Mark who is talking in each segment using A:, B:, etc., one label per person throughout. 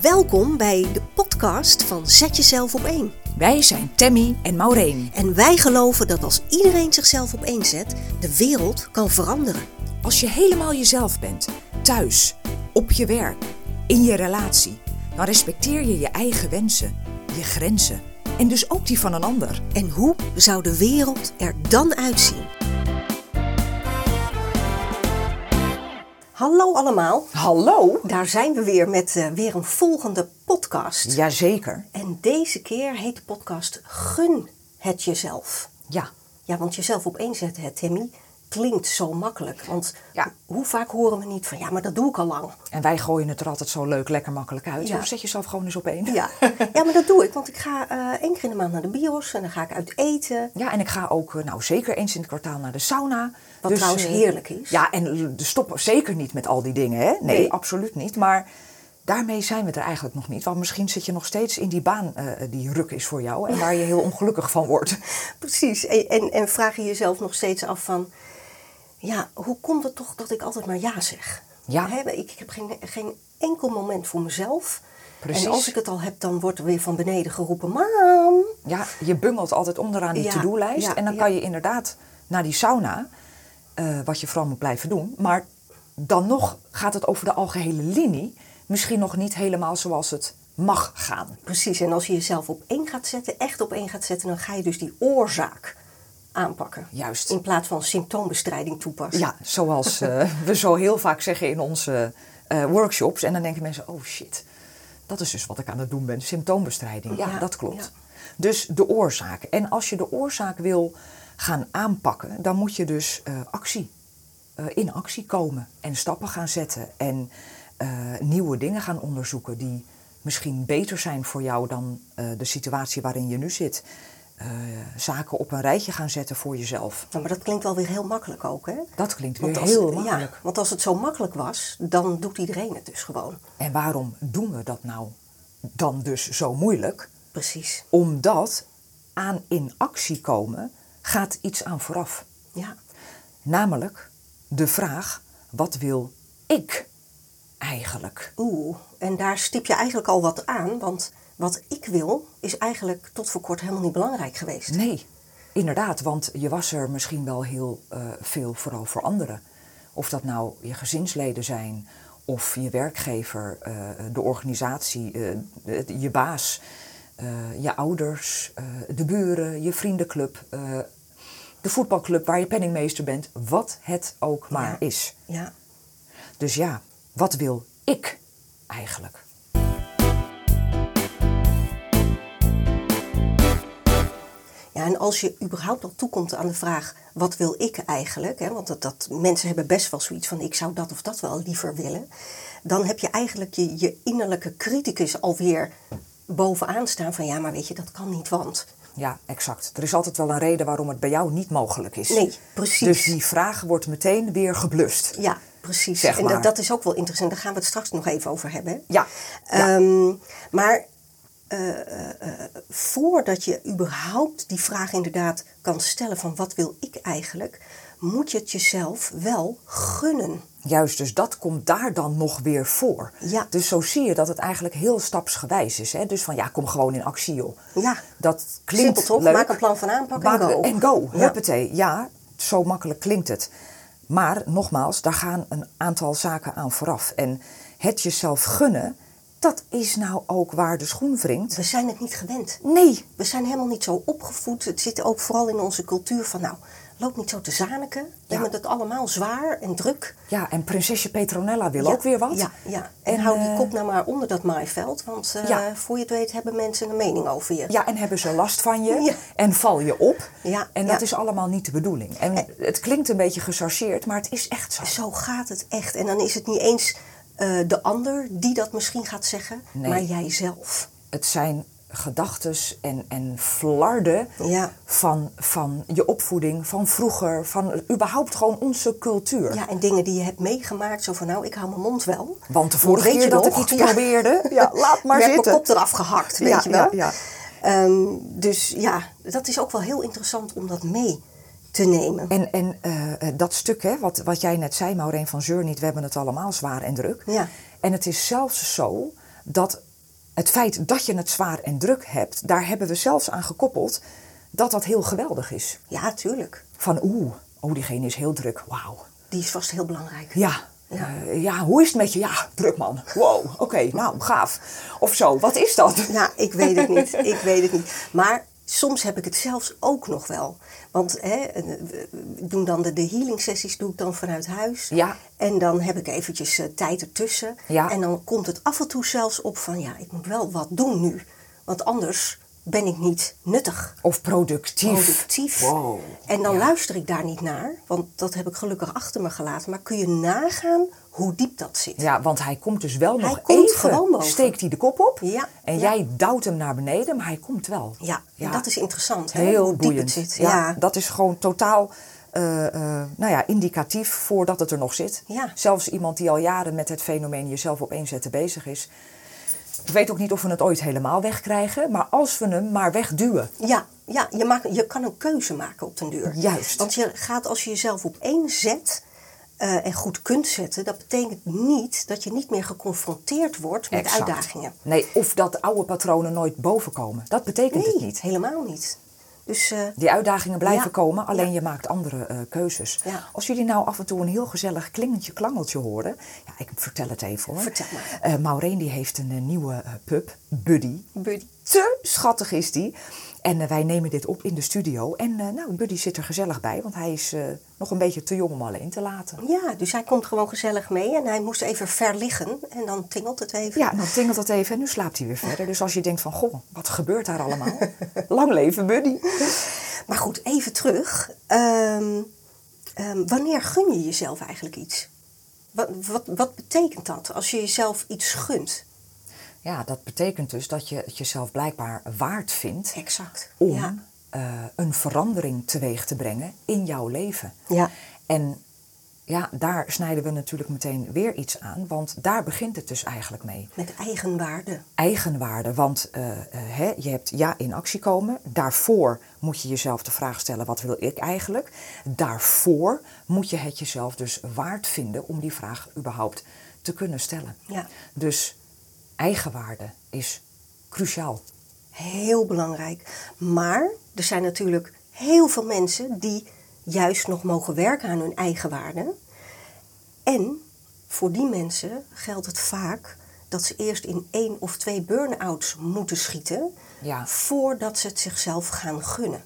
A: Welkom bij de podcast van Zet Jezelf op één.
B: Wij zijn Tammy en Maureen.
A: En wij geloven dat als iedereen zichzelf op één zet, de wereld kan veranderen.
B: Als je helemaal jezelf bent, thuis, op je werk, in je relatie, dan respecteer je je eigen wensen, je grenzen en dus ook die van een ander.
A: En hoe zou de wereld er dan uitzien? Hallo allemaal,
B: Hallo?
A: daar zijn we weer met eh, weer een volgende podcast.
B: Jazeker.
A: En deze keer heet de podcast Gun het jezelf.
B: Ja.
A: Ja, want jezelf op één zetten, hè, Timmy, klinkt zo makkelijk. Want
B: Ja.
A: hoe vaak horen we niet van ja, maar dat doe ik al lang.
B: En wij gooien het er altijd zo leuk, lekker makkelijk uit.
A: Ja.
B: Of zet jezelf gewoon eens op één.
A: Ja. ja, maar dat doe ik, want ik ga eh één keer in de maand naar de bios en dan ga ik uit eten.
B: Ja, en ik ga ook eh, nou zeker eens in het kwartaal naar de sauna.
A: Wat trouwens
B: eh,
A: heerlijk is.
B: Ja, en eh, de stop zeker niet met al die dingen, hè? Nee,
A: Nee.
B: absoluut niet. Maar daarmee zijn we er eigenlijk nog niet. Want misschien zit je nog steeds in die baan eh, die ruk is voor jou en waar je heel ongelukkig van wordt.
A: Precies, en, en, en vraag je jezelf nog steeds af van... Ja, hoe komt het toch dat ik altijd maar ja zeg?
B: Ja.
A: Hè, ik, ik heb geen, geen enkel moment voor mezelf.
B: Precies.
A: En als ik het al heb, dan wordt er weer van beneden geroepen... Mam!
B: Ja, je bungelt altijd onderaan die
A: Ja,
B: to-do-lijst.
A: ja,
B: en dan
A: ja.
B: kan je inderdaad naar die sauna, eh, wat je vooral moet blijven doen. Maar dan nog gaat het over de algehele linie misschien nog niet helemaal zoals het mag gaan.
A: Precies, en als je jezelf op één gaat zetten, echt op één gaat zetten... dan ga je dus die oorzaak aanpakken.
B: Juist.
A: In plaats van symptoombestrijding toepassen.
B: Ja, zoals eh, we zo heel vaak zeggen in onze eh, workshops. En dan denken mensen, oh shit, dat is dus wat ik aan het doen ben. Symptoombestrijding, ja,
A: Ja,
B: dat klopt.
A: ja.
B: Dus de oorzaak. En als je de oorzaak wil gaan aanpakken, dan moet je dus eh, actie, eh, in actie komen. En stappen gaan zetten. En eh, nieuwe dingen gaan onderzoeken die misschien beter zijn voor jou dan eh, de situatie waarin je nu zit. Eh, zaken op een rijtje gaan zetten voor jezelf.
A: Nou, maar dat klinkt wel weer heel makkelijk ook, hè?
B: Dat klinkt
A: Want
B: weer
A: als-
B: heel
A: ja,
B: makkelijk.
A: want als het zo makkelijk was, dan doet iedereen het dus gewoon.
B: En waarom doen we dat nou dan dus zo moeilijk?
A: Precies.
B: Omdat aan in actie komen gaat iets aan vooraf.
A: Ja,
B: Namelijk de vraag: wat wil ik eigenlijk?
A: oeh. En daar stip je eigenlijk al wat aan, want wat ik wil is eigenlijk tot voor kort helemaal niet belangrijk geweest.
B: Nee, inderdaad, want je was er misschien wel heel eh, veel vooral voor anderen. Of dat nou je gezinsleden zijn, of je werkgever, eh, de organisatie, eh, het- je baas, eh, je ouders, eh, de buren, je vriendenclub, eh, de voetbalclub waar je penningmeester bent, wat het ook maar
A: Ja.
B: is.
A: Ja,
B: Dus ja, wat wil ik eigenlijk?
A: Ja, en als je überhaupt al toekomt aan de vraag, wat wil ik eigenlijk? Hè, want dat, dat, mensen hebben best wel zoiets van, ik zou dat of dat wel liever willen. Dan heb je eigenlijk je, je innerlijke criticus alweer bovenaan staan van, ja, maar weet je, dat kan niet, want...
B: Ja, exact. Er is altijd wel een reden waarom het bij jou niet mogelijk is.
A: Nee, precies.
B: Dus die vraag wordt meteen weer geblust.
A: Ja, precies.
B: Zeg
A: En dat,
B: maar.
A: dat is ook wel interessant. Daar gaan we het straks nog even over hebben. hè?
B: Ja, ja.
A: Ehm, maar eh, eh, eh, voordat je überhaupt die vraag inderdaad kan stellen van wat wil ik eigenlijk, moet je het jezelf wel gunnen.
B: Juist, dus dat komt daar dan nog weer voor.
A: Ja.
B: Dus zo zie je dat het eigenlijk heel stapsgewijs is. Hè? Dus van ja, kom gewoon in actie joh.
A: Ja.
B: Dat klinkt
A: Simpel, toch?
B: leuk.
A: Maak een plan van aanpak en go.
B: En go,
A: Ja.
B: huppatee. Ja, zo makkelijk klinkt het. Maar nogmaals, daar gaan een aantal zaken aan vooraf. En het jezelf gunnen, dat is nou ook waar de schoen wringt.
A: We zijn het niet gewend.
B: Nee,
A: We zijn helemaal niet zo opgevoed. Het zit ook vooral in onze cultuur van nou, loop niet zo te zaniken. We hebben het allemaal zwaar en druk.
B: Ja, en prinsesje Petronella wil
A: Ja,
B: ook weer wat.
A: Ja, ja. En, hou die
B: eh,
A: kop nou maar onder dat maaiveld. Want eh,
B: Ja.
A: voor je het weet hebben mensen een mening over je.
B: Ja, en hebben ze last van je
A: Ja.
B: en val je op.
A: Ja,
B: en dat
A: ja.
B: is allemaal niet de bedoeling. En het klinkt een beetje gechargeerd, maar het is echt zo.
A: Zo gaat het echt. En dan is het niet eens eh, de ander die dat misschien gaat zeggen,
B: Nee.
A: maar jijzelf.
B: Het zijn gedachtes en, en flarden
A: Ja.
B: van, van je opvoeding, van vroeger, van überhaupt gewoon onze cultuur.
A: Ja, en dingen die je hebt meegemaakt, zo van nou, ik hou mijn mond wel.
B: Want de vorige
A: Weet je
B: keer dat
A: nog?
B: ik iets
A: Ja.
B: probeerde, ja, laat maar
A: Werd
B: zitten.
A: mijn kop eraf gehakt, weet
B: Ja,
A: je wel.
B: ja, ja.
A: Ehm, dus ja, dat is ook wel heel interessant om dat mee te nemen.
B: En, en eh, eh, dat stuk, hè, wat, wat jij net zei, Maureen van Zeurniet, we hebben het allemaal zwaar en druk.
A: Ja.
B: En het is zelfs zo dat het feit dat je het zwaar en druk hebt, daar hebben we zelfs aan gekoppeld dat dat heel geweldig is.
A: Ja, tuurlijk.
B: Van oeh, oh diegene is heel druk, wauw.
A: Die is vast heel belangrijk.
B: Ja.
A: Ja.
B: eh, ja, hoe is het met je? Ja, druk man. Wow, oké, nou, gaaf. Of zo, wat is dat?
A: Nou, ik weet het niet. Ik weet het niet. Maar soms heb ik het zelfs ook nog wel. Want hè, we doen dan de, de healing sessies doe ik dan vanuit huis.
B: Ja.
A: En dan heb ik eventjes eh, tijd ertussen.
B: Ja.
A: En dan komt het af en toe zelfs op van ja, ik moet wel wat doen nu. Want anders ben ik niet nuttig,
B: Of productief.
A: productief.
B: Wow.
A: En dan luister ik daar niet naar, want dat heb ik gelukkig achter me gelaten. Maar kun je nagaan hoe diep dat zit?
B: Ja, want hij komt dus wel nog
A: komt
B: even,
A: gewoon boven.
B: steekt hij de kop op
A: Ja,
B: en
A: ja.
B: jij duwt hem naar beneden, maar hij komt wel.
A: Ja, en dat is interessant. Hè?
B: heel
A: hoe diep
B: boeiend.
A: het zit.
B: Ja, Dat is gewoon totaal eh, eh, nou ja, indicatief voordat het er nog zit.
A: Ja.
B: Zelfs iemand die al jaren met het fenomeen jezelf op één zetten bezig is. Ik weet ook niet of we het ooit helemaal wegkrijgen, maar als we hem maar wegduwen.
A: Ja, ja je, maakt, je kan een keuze maken op den duur.
B: Juist.
A: Want je gaat, als je jezelf op één zet eh, en goed kunt zetten, dat betekent niet dat je niet meer geconfronteerd wordt met
B: Exact.
A: uitdagingen.
B: Nee, of dat oude patronen nooit bovenkomen. Dat betekent
A: Nee,
B: het niet.
A: helemaal niet. Dus eh,
B: Die uitdagingen blijven
A: Ja.
B: komen, alleen
A: Ja.
B: je maakt andere eh, keuzes.
A: Ja.
B: Als jullie nou af en toe een heel gezellig klingeltje, klangeltje horen. Ja, ik vertel het even hoor.
A: Vertel maar.
B: Eh, Maureen die heeft een eh, nieuwe eh, pub, Buddy.
A: Buddy.
B: Te schattig is die. En eh, wij nemen dit op in de studio. En eh, nou, Buddy zit er gezellig bij, want hij is eh, nog een beetje te jong om alleen te laten.
A: ja, dus hij komt gewoon gezellig mee en hij moest even verliggen en dan tingelt het even.
B: Ja, dan tingelt dat even en nu slaapt hij weer verder. Dus als je denkt van, goh, wat gebeurt daar allemaal? Lang leven Buddy.
A: Maar goed, even terug. Ehm, ehm, wanneer gun je jezelf eigenlijk iets? Wat, wat, wat betekent dat als je jezelf iets gunt?
B: Ja, dat betekent dus dat je het jezelf blijkbaar waard vindt.
A: Exact.
B: om
A: Ja.
B: eh, een verandering teweeg te brengen in jouw leven.
A: Ja.
B: En ja, daar snijden we natuurlijk meteen weer iets aan, want daar begint het dus eigenlijk mee.
A: Met eigenwaarde.
B: Eigenwaarde, want eh, eh, hè, je hebt ja in actie komen. Daarvoor moet je jezelf de vraag stellen: wat wil ik eigenlijk? Daarvoor moet je het jezelf dus waard vinden om die vraag überhaupt te kunnen stellen.
A: Ja.
B: Dus eigenwaarde is cruciaal.
A: Heel belangrijk. Maar er zijn natuurlijk heel veel mensen die juist nog mogen werken aan hun eigen waarde. En voor die mensen geldt het vaak dat ze eerst in één of twee burn-outs moeten schieten
B: Ja.
A: voordat ze het zichzelf gaan gunnen.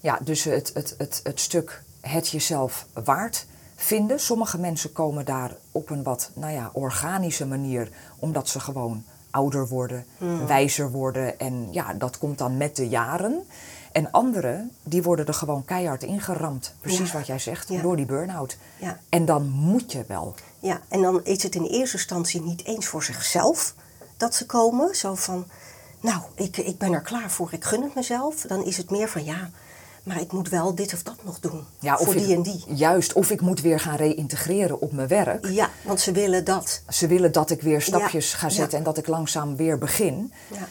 B: Ja, dus het, het, het, het stuk het jezelf waard vinden. Sommige mensen komen daar op een wat nou ja, organische manier, omdat ze gewoon ouder worden,
A: Hmm.
B: wijzer worden. En ja, dat komt dan met de jaren. En anderen, die worden er gewoon keihard ingeramd. Precies
A: Ja.
B: wat jij zegt,
A: Ja.
B: door die burn-out.
A: Ja.
B: En dan moet je wel.
A: Ja, en dan is het in eerste instantie niet eens voor zichzelf dat ze komen. Zo van, nou, ik, ik ben er klaar voor, ik gun het mezelf. Dan is het meer van, ja, maar ik moet wel dit of dat nog doen. voor
B: ik-
A: die en die.
B: Juist, of ik moet weer gaan reïntegreren op mijn werk.
A: Ja, want ze willen dat.
B: Ze willen dat ik weer stapjes
A: Ja,
B: ga zetten
A: ja.
B: en dat ik langzaam weer begin.
A: Ja.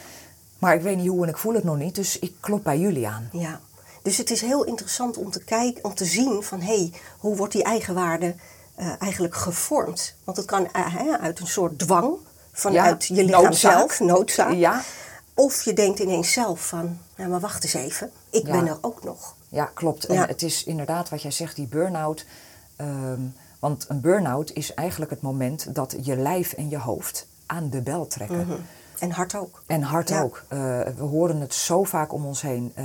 B: Maar ik weet niet hoe en ik voel het nog niet, dus ik klop bij jullie aan.
A: Ja. Dus het is heel interessant om te kijken, om te zien van, hé, hey, hoe wordt die eigenwaarde eh, eigenlijk gevormd? Want het kan eh, hè, uit een soort dwang vanuit
B: Ja,
A: je lichaam
B: noodzaak.
A: zelf, noodzaak.
B: Ja.
A: Of je denkt ineens zelf van, nou maar wacht eens even, ik
B: Ja.
A: ben er ook nog.
B: Ja, klopt.
A: Ja.
B: En het is inderdaad wat jij zegt, die burn-out. ehm, want een burn-out is eigenlijk het moment dat je lijf en je hoofd aan de bel trekken.
A: Mhm. En hard ook.
B: En hard
A: Ja.
B: ook. Eh, we horen het zo vaak om ons heen. Eh,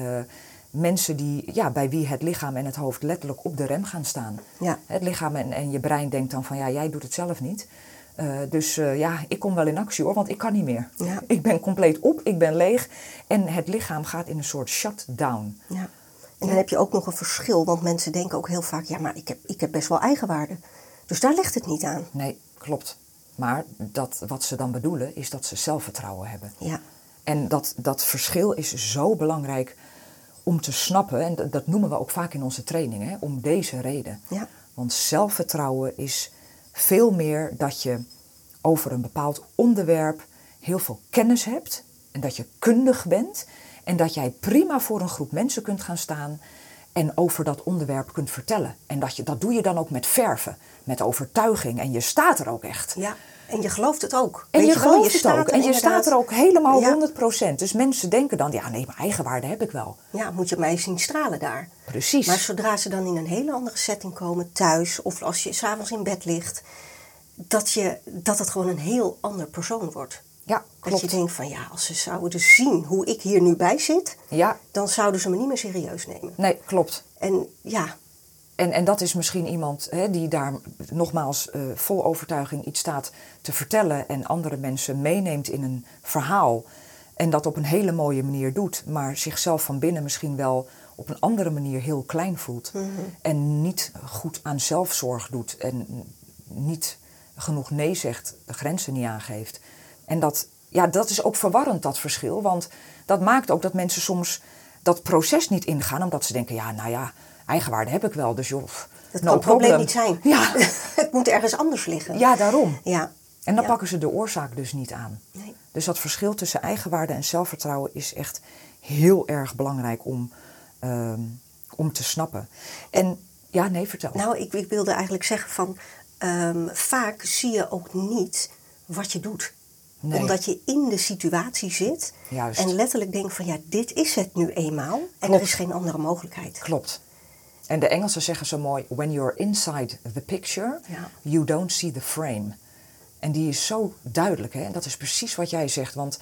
B: mensen die, ja, bij wie het lichaam en het hoofd letterlijk op de rem gaan staan.
A: Ja.
B: Het lichaam en, en je brein denkt dan van ja, jij doet het zelf niet. Eh, dus eh, ja, ik kom wel in actie hoor, want ik kan niet meer.
A: Ja.
B: Ik ben compleet op, ik ben leeg. En het lichaam gaat in een soort shutdown.
A: Ja. En dan heb je ook nog een verschil, want mensen denken ook heel vaak: ja, maar ik heb, ik heb best wel eigenwaarde. Dus daar ligt het niet aan.
B: Nee, klopt. Maar dat, wat ze dan bedoelen is dat ze zelfvertrouwen hebben.
A: Ja.
B: En dat, dat verschil is zo belangrijk om te snappen. En dat, dat noemen we ook vaak in onze training, hè, om deze reden.
A: Ja.
B: Want zelfvertrouwen is veel meer dat je over een bepaald onderwerp heel veel kennis hebt. En dat je kundig bent. En dat jij prima voor een groep mensen kunt gaan staan. En over dat onderwerp kunt vertellen. En dat, je, dat doe je dan ook met verven, met overtuiging. En je staat er ook echt.
A: Ja, En je gelooft het ook.
B: En
A: Weet
B: je,
A: wel,
B: gelooft het
A: staat
B: ook. En je
A: inderdaad-
B: staat er ook helemaal
A: Ja.
B: 100%. Dus mensen denken dan, ja nee, mijn eigenwaarde heb ik wel.
A: Ja, moet je mij zien stralen daar.
B: Precies.
A: Maar zodra ze dan in een hele andere setting komen, thuis of als je s'avonds in bed ligt, dat, je, dat het gewoon een heel ander persoon wordt.
B: ja,
A: Dat
B: klopt.
A: je denkt van ja, als ze zouden dus zien hoe ik hier nu bij zit,
B: Ja,
A: dan zouden ze me niet meer serieus nemen.
B: nee, klopt.
A: En ja,
B: En, en dat is misschien iemand hè, die daar nogmaals eh, vol overtuiging iets staat te vertellen en andere mensen meeneemt in een verhaal. En dat op een hele mooie manier doet, maar zichzelf van binnen misschien wel op een andere manier heel klein voelt. En niet goed aan zelfzorg doet en niet genoeg nee zegt, de grenzen niet aangeeft. En dat, ja, dat is ook verwarrend, dat verschil. Want dat maakt ook dat mensen soms dat proces niet ingaan, omdat ze denken: ja, nou ja, eigenwaarde heb ik wel, dus joh.
A: dat
B: no
A: kan het probleem
B: problem.
A: niet zijn.
B: Ja,
A: het moet ergens anders liggen.
B: ja daarom.
A: Ja.
B: En dan
A: Ja.
B: pakken ze de oorzaak dus niet aan.
A: Nee.
B: Dus dat verschil tussen eigenwaarde en zelfvertrouwen is echt heel erg belangrijk om, ehm, om te snappen. En ja, nee, vertel.
A: Nou, ik, ik wilde eigenlijk zeggen van ehm, vaak zie je ook niet wat je doet.
B: Nee.
A: Omdat je in de situatie zit
B: Juist.
A: en letterlijk denkt van ja, dit is het nu eenmaal en er
B: Klopt.
A: is geen andere mogelijkheid.
B: Klopt. En de Engelsen zeggen zo mooi: When you're inside the picture,
A: Ja.
B: you don't see the frame. En die is zo duidelijk, hè? En dat is precies wat jij zegt. Want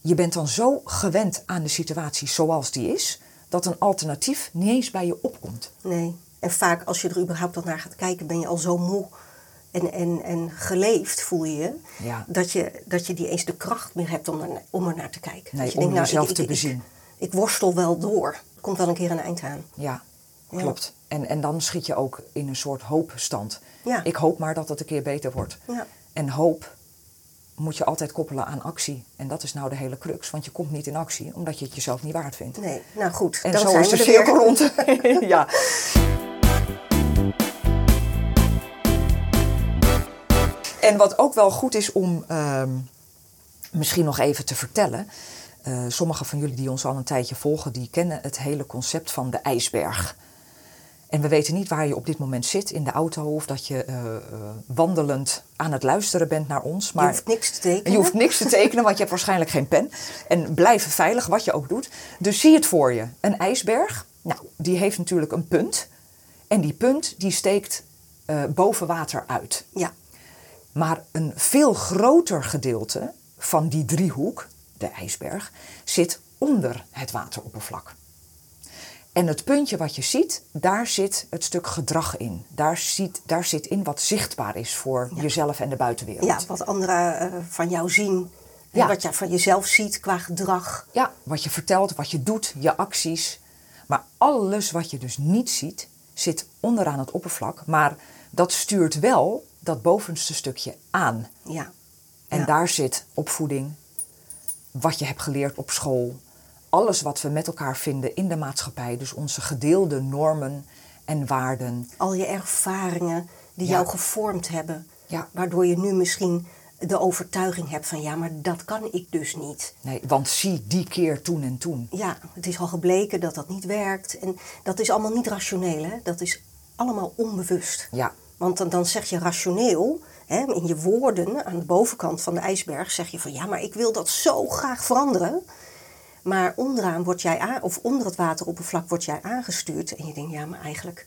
B: je bent dan zo gewend aan de situatie zoals die is, dat een alternatief niet eens bij je opkomt.
A: Nee. En vaak als je er überhaupt al naar gaat kijken, ben je al zo moe en, en, en geleefd voel je je.
B: Ja.
A: Dat je, dat je niet eens de kracht meer hebt om er, om er naar te kijken.
B: Nee,
A: Dat je nou,
B: om jezelf te
A: ik-
B: bezien.
A: Ik, worstel wel door. Er komt wel een keer een eind aan.
B: Ja,
A: Ja.
B: klopt. En, en dan schiet je ook in een soort hoopstand.
A: Ja.
B: Ik hoop maar dat het een keer beter wordt.
A: Ja.
B: En hoop moet je altijd koppelen aan actie. En dat is nou de hele crux, want je komt niet in actie omdat je het jezelf niet waard vindt.
A: Nee, nou goed.
B: En
A: dan
B: zo
A: zijn
B: is
A: we
B: de
A: er weer.
B: cirkel rond. ja. En wat ook wel goed is om ehm, misschien nog even te vertellen. eh, sommigen van jullie die ons al een tijdje volgen, die kennen het hele concept van de ijsberg. En we weten niet waar je op dit moment zit, in de auto of dat je eh, eh, wandelend aan het luisteren bent naar ons. Maar
A: hoeft niks te tekenen.
B: Je hoeft niks te tekenen, want je hebt waarschijnlijk geen pen. En blijf veilig, wat je ook doet. Dus zie het voor je. Een ijsberg, nou, die heeft natuurlijk een punt. En die punt, die steekt eh, boven water uit.
A: Ja,
B: Maar een veel groter gedeelte van die driehoek, de ijsberg, zit onder het wateroppervlak. En het puntje wat je ziet, daar zit het stuk gedrag in. Daar, ziet, daar zit in wat zichtbaar is voor jezelf en de buitenwereld.
A: ja, wat anderen eh, van jou zien. en
B: Ja.
A: Wat je van jezelf ziet qua gedrag.
B: Ja, wat je vertelt, wat je doet, je acties. Maar alles wat je dus niet ziet, zit onderaan het oppervlak. Maar dat stuurt wel dat bovenste stukje aan.
A: Ja.
B: En
A: Ja.
B: daar zit opvoeding, wat je hebt geleerd op school, alles wat we met elkaar vinden in de maatschappij, dus onze gedeelde normen en waarden.
A: Al je ervaringen die
B: Ja.
A: jou gevormd hebben.
B: Ja.
A: Waardoor je nu misschien de overtuiging hebt van ja, maar dat kan ik dus niet.
B: Nee, want zie die keer toen en toen.
A: Ja, het is al gebleken dat dat niet werkt. En dat is allemaal niet rationeel, hè? dat is allemaal onbewust.
B: Ja,
A: Want dan, dan zeg je rationeel, hè, in je woorden aan de bovenkant van de ijsberg zeg je van ja, maar ik wil dat zo graag veranderen. Maar onderaan word jij aan, of onder het wateroppervlak word jij aangestuurd en je denkt ja, maar eigenlijk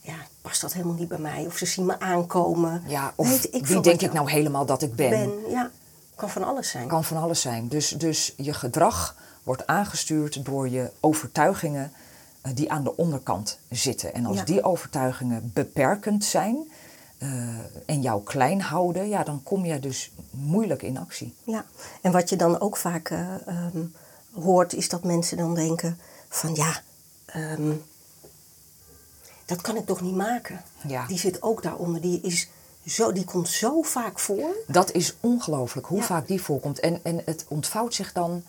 A: ja, past dat helemaal niet bij mij. Of ze zien me aankomen.
B: ja of
A: Weet veel
B: wie
A: wat
B: denk
A: je
B: ik nou helemaal dat ik
A: Ben, ja, kan van alles zijn.
B: kan van alles zijn. Dus, dus je gedrag wordt aangestuurd door je overtuigingen eh, die aan de onderkant zitten. En als
A: Ja.
B: die overtuigingen beperkend zijn eh, en jou klein houden, ja, dan kom je dus moeilijk in actie.
A: Ja, en wat je dan ook vaak eh, ehm, hoort, is dat mensen dan denken van ja, ehm, dat kan ik toch niet maken.
B: Ja.
A: Die zit ook daaronder. Die, is zo, die komt zo vaak voor.
B: Dat is ongelooflijk hoe
A: Ja.
B: vaak die voorkomt. En, en het ontvouwt zich dan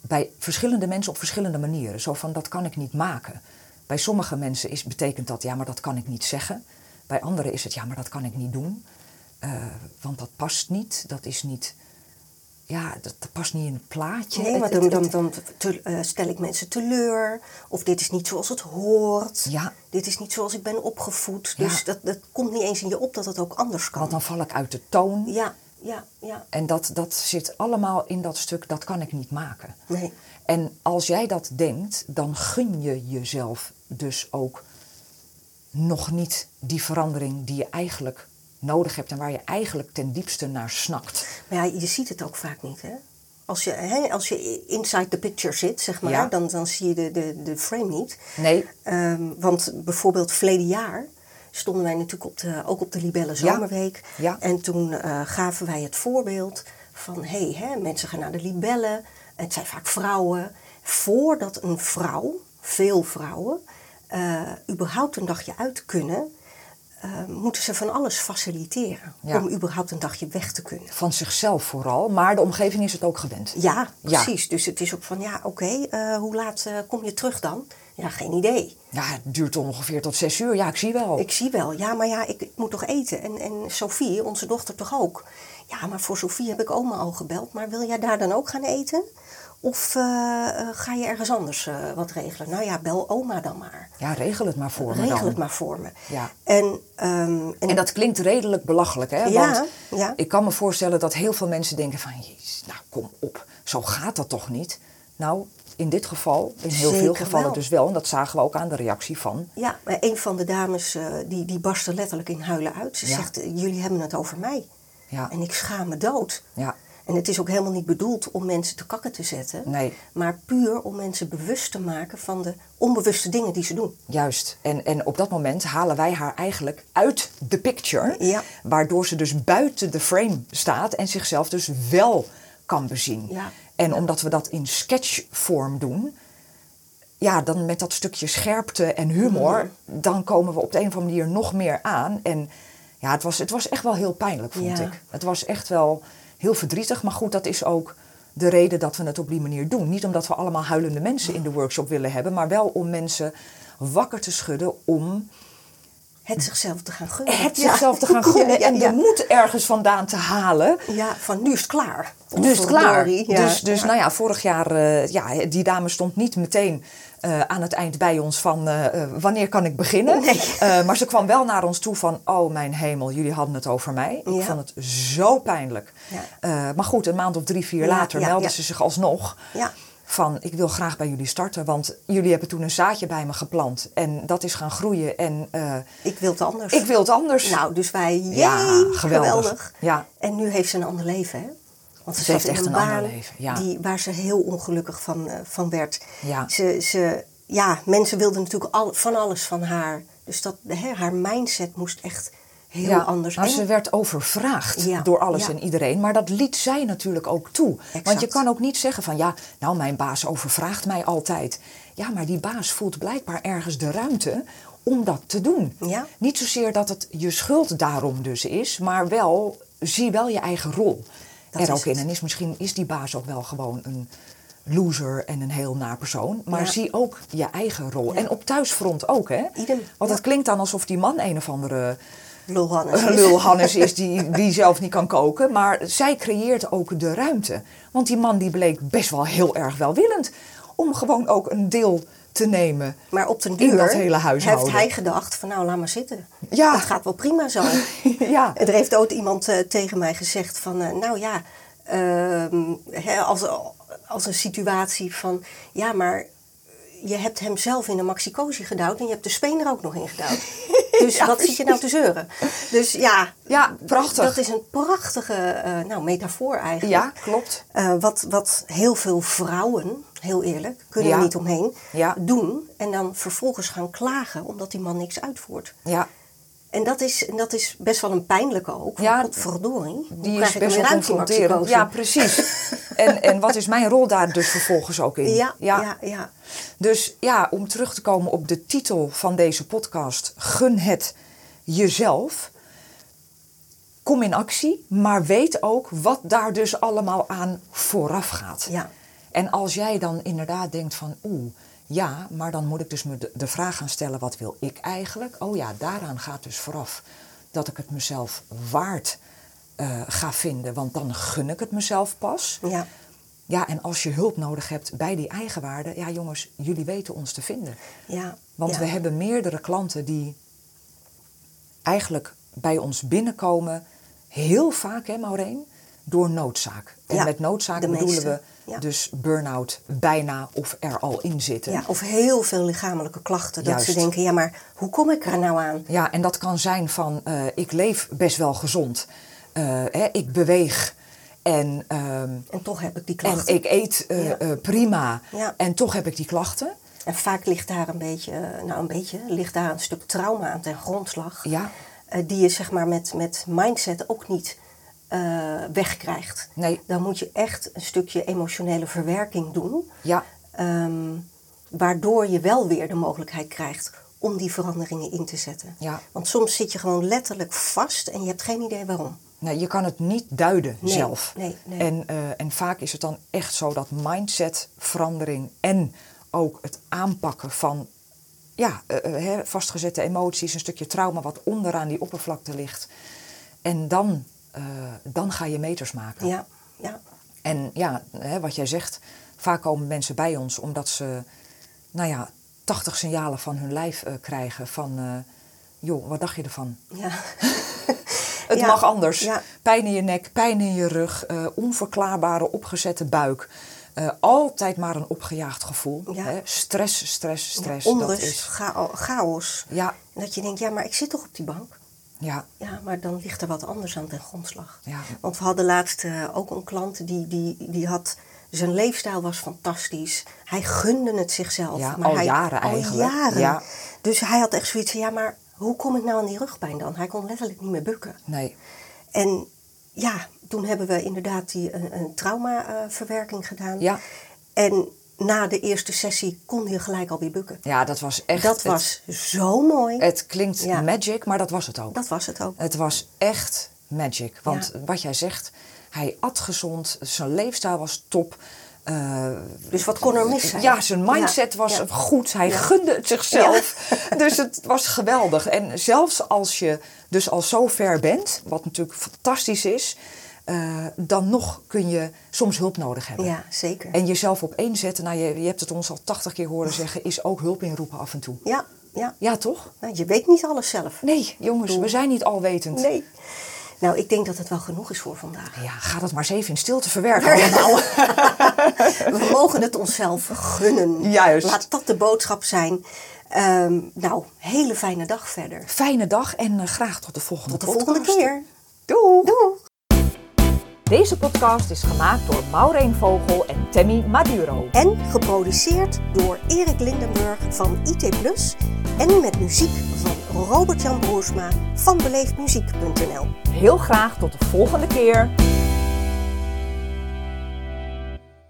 B: bij verschillende mensen op verschillende manieren. Zo van dat kan ik niet maken. Bij sommige mensen is, betekent dat ja, maar dat kan ik niet zeggen. Bij anderen is het ja, maar dat kan ik niet doen. Eh, want dat past niet. Dat is niet ja, dat, dat past niet in het plaatje.
A: Nee,
B: Het-
A: maar
B: het-
A: dan, dan,
B: het-
A: dan te- eh, stel ik mensen teleur. Of dit is niet zoals het hoort.
B: Ja.
A: Dit is niet zoals ik ben opgevoed.
B: Ja.
A: Dus dat, dat komt niet eens in je op dat het ook anders kan.
B: want dan val ik uit de toon.
A: Ja, ja, ja.
B: En dat, dat zit allemaal in dat stuk, dat kan ik niet maken.
A: Nee.
B: En als jij dat denkt, dan gun je jezelf dus ook nog niet die verandering die je eigenlijk nodig hebt en waar je eigenlijk ten diepste naar snakt.
A: Maar ja, je ziet het ook vaak niet, hè? Als je, hè, als je inside the picture zit, zeg maar,
B: Ja.
A: dan, dan zie je de, de, de frame niet.
B: Nee.
A: Ehm, want bijvoorbeeld verleden jaar stonden wij natuurlijk op de, ook op de Libelle Zomerweek.
B: Ja.
A: En toen eh, gaven wij het voorbeeld van, hé, hè, mensen gaan naar de Libelle. Het zijn vaak vrouwen. Voordat een vrouw, veel vrouwen, eh, überhaupt een dagje uit kunnen... eh, moeten ze van alles faciliteren
B: Ja.
A: om überhaupt een dagje weg te kunnen.
B: Van zichzelf vooral, maar de omgeving is het ook gewend.
A: Ja,
B: Ja.
A: precies. Dus het is ook van, ja, oké, eh, hoe laat eh, kom je terug dan? Ja, geen idee.
B: Ja, het duurt ongeveer tot zes uur. Ja, ik zie wel.
A: Ik zie wel, ja, maar ja, ik, ik moet toch eten. En, en Sophie, onze dochter, toch ook? Ja, maar voor Sophie heb ik oma al gebeld. Maar wil jij daar dan ook gaan eten? Of eh, eh, ga je ergens anders eh, wat regelen? Nou ja, bel oma dan maar.
B: Ja, regel het maar voor me
A: Regel
B: dan.
A: het maar voor me.
B: Ja.
A: En, ehm, en,
B: En dat klinkt redelijk belachelijk, hè?
A: Ja,
B: Want
A: ja.
B: ik kan me voorstellen dat heel veel mensen denken van... Jezus, nou kom op, zo gaat dat toch niet? Nou, in dit geval, in heel veel
A: Zeker
B: gevallen
A: wel.
B: dus wel. En dat zagen we ook aan de reactie van...
A: ja, maar een van de dames eh, die, die barstte letterlijk in huilen uit. Ze
B: Ja.
A: zegt, eh, jullie hebben het over mij.
B: Ja,
A: En ik schaam me dood.
B: ja,
A: En het is ook helemaal niet bedoeld om mensen te kakken te zetten.
B: Nee.
A: Maar puur om mensen bewust te maken van de onbewuste dingen die ze doen.
B: juist. En, en op dat moment halen wij haar eigenlijk uit de picture.
A: Ja.
B: Waardoor ze dus buiten de frame staat en zichzelf dus wel kan bezien.
A: Ja.
B: En omdat we dat in sketchvorm doen... ja, dan met dat stukje scherpte en humor,
A: Mhm.
B: dan komen we op de een of andere manier nog meer aan. En ja, het was, het was echt wel heel pijnlijk, vond
A: Ja.
B: ik. Het was echt wel heel verdrietig. Maar goed, dat is ook de reden dat we het op die manier doen. Niet omdat we allemaal huilende mensen in de workshop willen hebben, maar wel om mensen wakker te schudden om
A: Het zichzelf te gaan gunnen.
B: Mm. het
A: Ja.
B: zichzelf te gaan gunnen
A: Ja,
B: en
A: ja.
B: de moed ergens vandaan te halen.
A: Ja, van nu is het klaar.
B: Nu is het klaar.
A: Potverdorie, ja.
B: Dus, dus
A: Ja.
B: nou ja, vorig jaar, eh, ja, die dame stond niet meteen eh, aan het eind bij ons van eh, eh, wanneer kan ik beginnen.
A: Nee.
B: Eh, maar ze kwam wel naar ons toe van, oh mijn hemel, jullie hadden het over mij. Ik
A: Ja.
B: vond het zo pijnlijk.
A: Ja.
B: Eh, maar goed, een maand of drie, vier
A: Ja,
B: later
A: ja,
B: meldde
A: ja.
B: ze zich alsnog
A: Ja.
B: van, ik wil graag bij jullie starten. Want jullie hebben toen een zaadje bij me geplant en dat is gaan groeien. En eh,
A: Ik wil het anders.
B: ik wil het anders.
A: Nou, dus wij, jee,
B: Ja, geweldig.
A: geweldig.
B: Ja.
A: En nu heeft ze een ander leven, hè? Want ze,
B: Ze heeft
A: zat in
B: echt
A: een
B: een
A: baan
B: ander leven, ja.
A: die, waar ze heel ongelukkig van, eh, van werd.
B: Ja.
A: Ze, ze, ja, mensen wilden natuurlijk al, van alles van haar. Dus dat, hè, haar mindset moest echt heel
B: Ja,
A: anders.
B: Maar
A: En-
B: ze werd overvraagd
A: Ja,
B: door alles
A: ja.
B: en iedereen. Maar dat liet zij natuurlijk ook toe. Want je
A: Exact.
B: kan ook niet zeggen van ja, nou mijn baas overvraagt mij altijd. Ja, maar die baas voelt blijkbaar ergens de ruimte om dat te doen.
A: Ja.
B: Niet zozeer dat het je schuld daarom dus is, maar wel zie wel je eigen rol
A: Dat
B: er
A: is
B: ook in.
A: het.
B: En is, misschien is die baas ook wel gewoon een loser en een heel naar persoon. Maar
A: Ja.
B: zie ook je eigen rol. En op thuisfront ook, hè?
A: Idem,
B: Want
A: ja.
B: het klinkt dan alsof die man een of andere
A: lul Hannes
B: een
A: is.
B: lul Hannes is die, die zelf niet kan koken. Maar zij creëert ook de ruimte. Want die man die bleek best wel heel erg welwillend om gewoon ook een deel te nemen.
A: Maar op den
B: In
A: duur
B: dat hele huishouden.
A: heeft hij gedacht van nou, laat maar zitten.
B: Ja.
A: Het gaat wel prima zo.
B: Ja.
A: Er heeft ooit iemand eh, tegen mij gezegd van eh, nou ja, ehm, hè, als, als een situatie van ja, maar je hebt hem zelf in een maxicosi gedouwd en je hebt de speen er ook nog in gedouwd. Dus
B: Ja,
A: wat zit je nou te zeuren? Dus ja,
B: Ja, prachtig.
A: dat is een prachtige eh, nou, metafoor eigenlijk.
B: Ja, klopt.
A: Eh, wat, wat heel veel vrouwen, heel eerlijk, kunnen
B: Ja.
A: er niet omheen,
B: Ja.
A: doen. En dan vervolgens gaan klagen omdat die man niks uitvoert.
B: Ja,
A: En dat is, en dat is best wel een pijnlijke ook.
B: Ja,
A: Ja, Godverdorie. hoe
B: die
A: krijg
B: is
A: ik hem
B: best wel
A: weer uit die
B: confronterend.
A: maxicosi?
B: Ja, precies. en, en wat is mijn rol daar dus vervolgens ook in?
A: Ja, ja, ja, ja.
B: Dus ja, om terug te komen op de titel van deze podcast: Gun het jezelf. Kom in actie, maar weet ook wat daar dus allemaal aan vooraf gaat.
A: Ja.
B: En als jij dan inderdaad denkt van oeh, ja, maar dan moet ik dus me de- de vraag gaan stellen: wat wil ik eigenlijk? Oh ja, daaraan gaat dus vooraf dat ik het mezelf waard eh, ga vinden, want dan gun ik het mezelf pas.
A: Ja.
B: Ja, en als je hulp nodig hebt bij die eigenwaarde, ja jongens, jullie weten ons te vinden.
A: Ja.
B: Want
A: ja.
B: we hebben meerdere klanten die eigenlijk bij ons binnenkomen, heel vaak, hè Maureen, door noodzaak. En
A: Ja,
B: met noodzaak
A: de
B: bedoelen
A: meeste,
B: we
A: ja.
B: dus burn-out bijna of er al in zitten.
A: Ja, of heel veel lichamelijke klachten. Dat
B: Juist.
A: ze denken, ja, maar hoe kom ik er nou aan?
B: Ja, en dat kan zijn van eh, ik leef best wel gezond, Eh, hè, ik beweeg en, ehm,
A: En toch heb ik die
B: en
A: klachten.
B: ik eet eh,
A: Ja.
B: eh, prima
A: Ja.
B: en toch heb ik die klachten.
A: En vaak ligt daar een beetje, eh, nou een beetje, ligt daar een stuk trauma aan ten grondslag.
B: Ja.
A: Eh, die je zeg maar met, met mindset ook niet eh, wegkrijgt.
B: Nee.
A: Dan moet je echt een stukje emotionele verwerking doen.
B: Ja,
A: Ehm, waardoor je wel weer de mogelijkheid krijgt om die veranderingen in te zetten.
B: Ja.
A: Want soms zit je gewoon letterlijk vast en je hebt geen idee waarom.
B: nou, je kan het niet duiden
A: Nee,
B: zelf.
A: nee, nee.
B: En, eh, en vaak is het dan echt zo dat mindsetverandering en ook het aanpakken van ja, eh, eh, hè, vastgezette emoties, een stukje trauma wat onderaan die oppervlakte ligt. En dan, eh, dan ga je meters maken.
A: Ja, ja,
B: En ja, hè, wat jij zegt, vaak komen mensen bij ons omdat ze, nou ja, 80 signalen van hun lijf eh, krijgen van, eh, joh, wat dacht je ervan?
A: ja.
B: Het
A: Ja,
B: mag anders.
A: ja.
B: Pijn in je nek, pijn in je rug, eh, onverklaarbare opgezette buik. Eh, altijd maar een opgejaagd gevoel.
A: Ja.
B: Hè? Stress, stress, stress.
A: Onrust,
B: Dat is,
A: chao- chaos.
B: ja,
A: En dat je denkt, ja, maar ik zit toch op die bank?
B: ja,
A: Ja, maar dan ligt er wat anders aan ten grondslag.
B: Ja.
A: Want we hadden laatst eh, ook een klant die, die, die had... Zijn leefstijl was fantastisch. Hij gunde het zichzelf.
B: Ja,
A: maar
B: al
A: hij,
B: jaren
A: al
B: eigenlijk.
A: jaren.
B: Ja.
A: Dus hij had echt zoiets van... Ja, maar hoe kom ik nou aan die rugpijn dan? Hij kon letterlijk niet meer bukken.
B: nee.
A: En ja, toen hebben we inderdaad die, eh, een, een traumaverwerking gedaan.
B: Ja.
A: En na de eerste sessie kon hij gelijk al weer bukken.
B: Ja, dat was echt...
A: dat
B: het-
A: was zo mooi.
B: Het, klinkt
A: Ja.
B: magic, maar dat was het ook.
A: dat was het ook.
B: Het was echt magic. Want
A: Ja.
B: wat jij zegt, hij at gezond, zijn leefstijl was top. eh,
A: Dus wat kon er mis zijn?
B: ja, zijn mindset
A: Ja,
B: was
A: ja.
B: goed. Hij
A: Ja.
B: gunde het zichzelf. Dus het was geweldig. En zelfs als je dus al zo ver bent, wat natuurlijk fantastisch is, eh, dan nog kun je soms hulp nodig hebben.
A: Ja, zeker.
B: En jezelf op één zetten, nou, je, je hebt het ons al tachtig keer horen zeggen, is ook hulp inroepen af en toe.
A: Ja, ja.
B: Ja, toch?
A: Nou, je weet niet alles zelf.
B: Nee, jongens, we zijn niet alwetend.
A: Nee. Nou, ik denk dat het wel genoeg is voor vandaag.
B: Ja, ga dat maar eens even in stilte verwerken allemaal.
A: We mogen het onszelf gunnen.
B: Juist.
A: Laat dat de boodschap zijn. Ehm, nou, hele fijne dag verder.
B: Fijne dag en eh, graag tot de volgende
A: Tot de volgende
B: podcast.
A: keer.
B: Doei!
A: Doeg!
B: Deze podcast is gemaakt door Maureen Vogel en Tammy Maduro.
A: En geproduceerd door Erik Lindenburg van IT Plus. En met muziek van Robert-Jan Broersma van beleefdmuziek.nl.
B: Heel graag tot de volgende keer.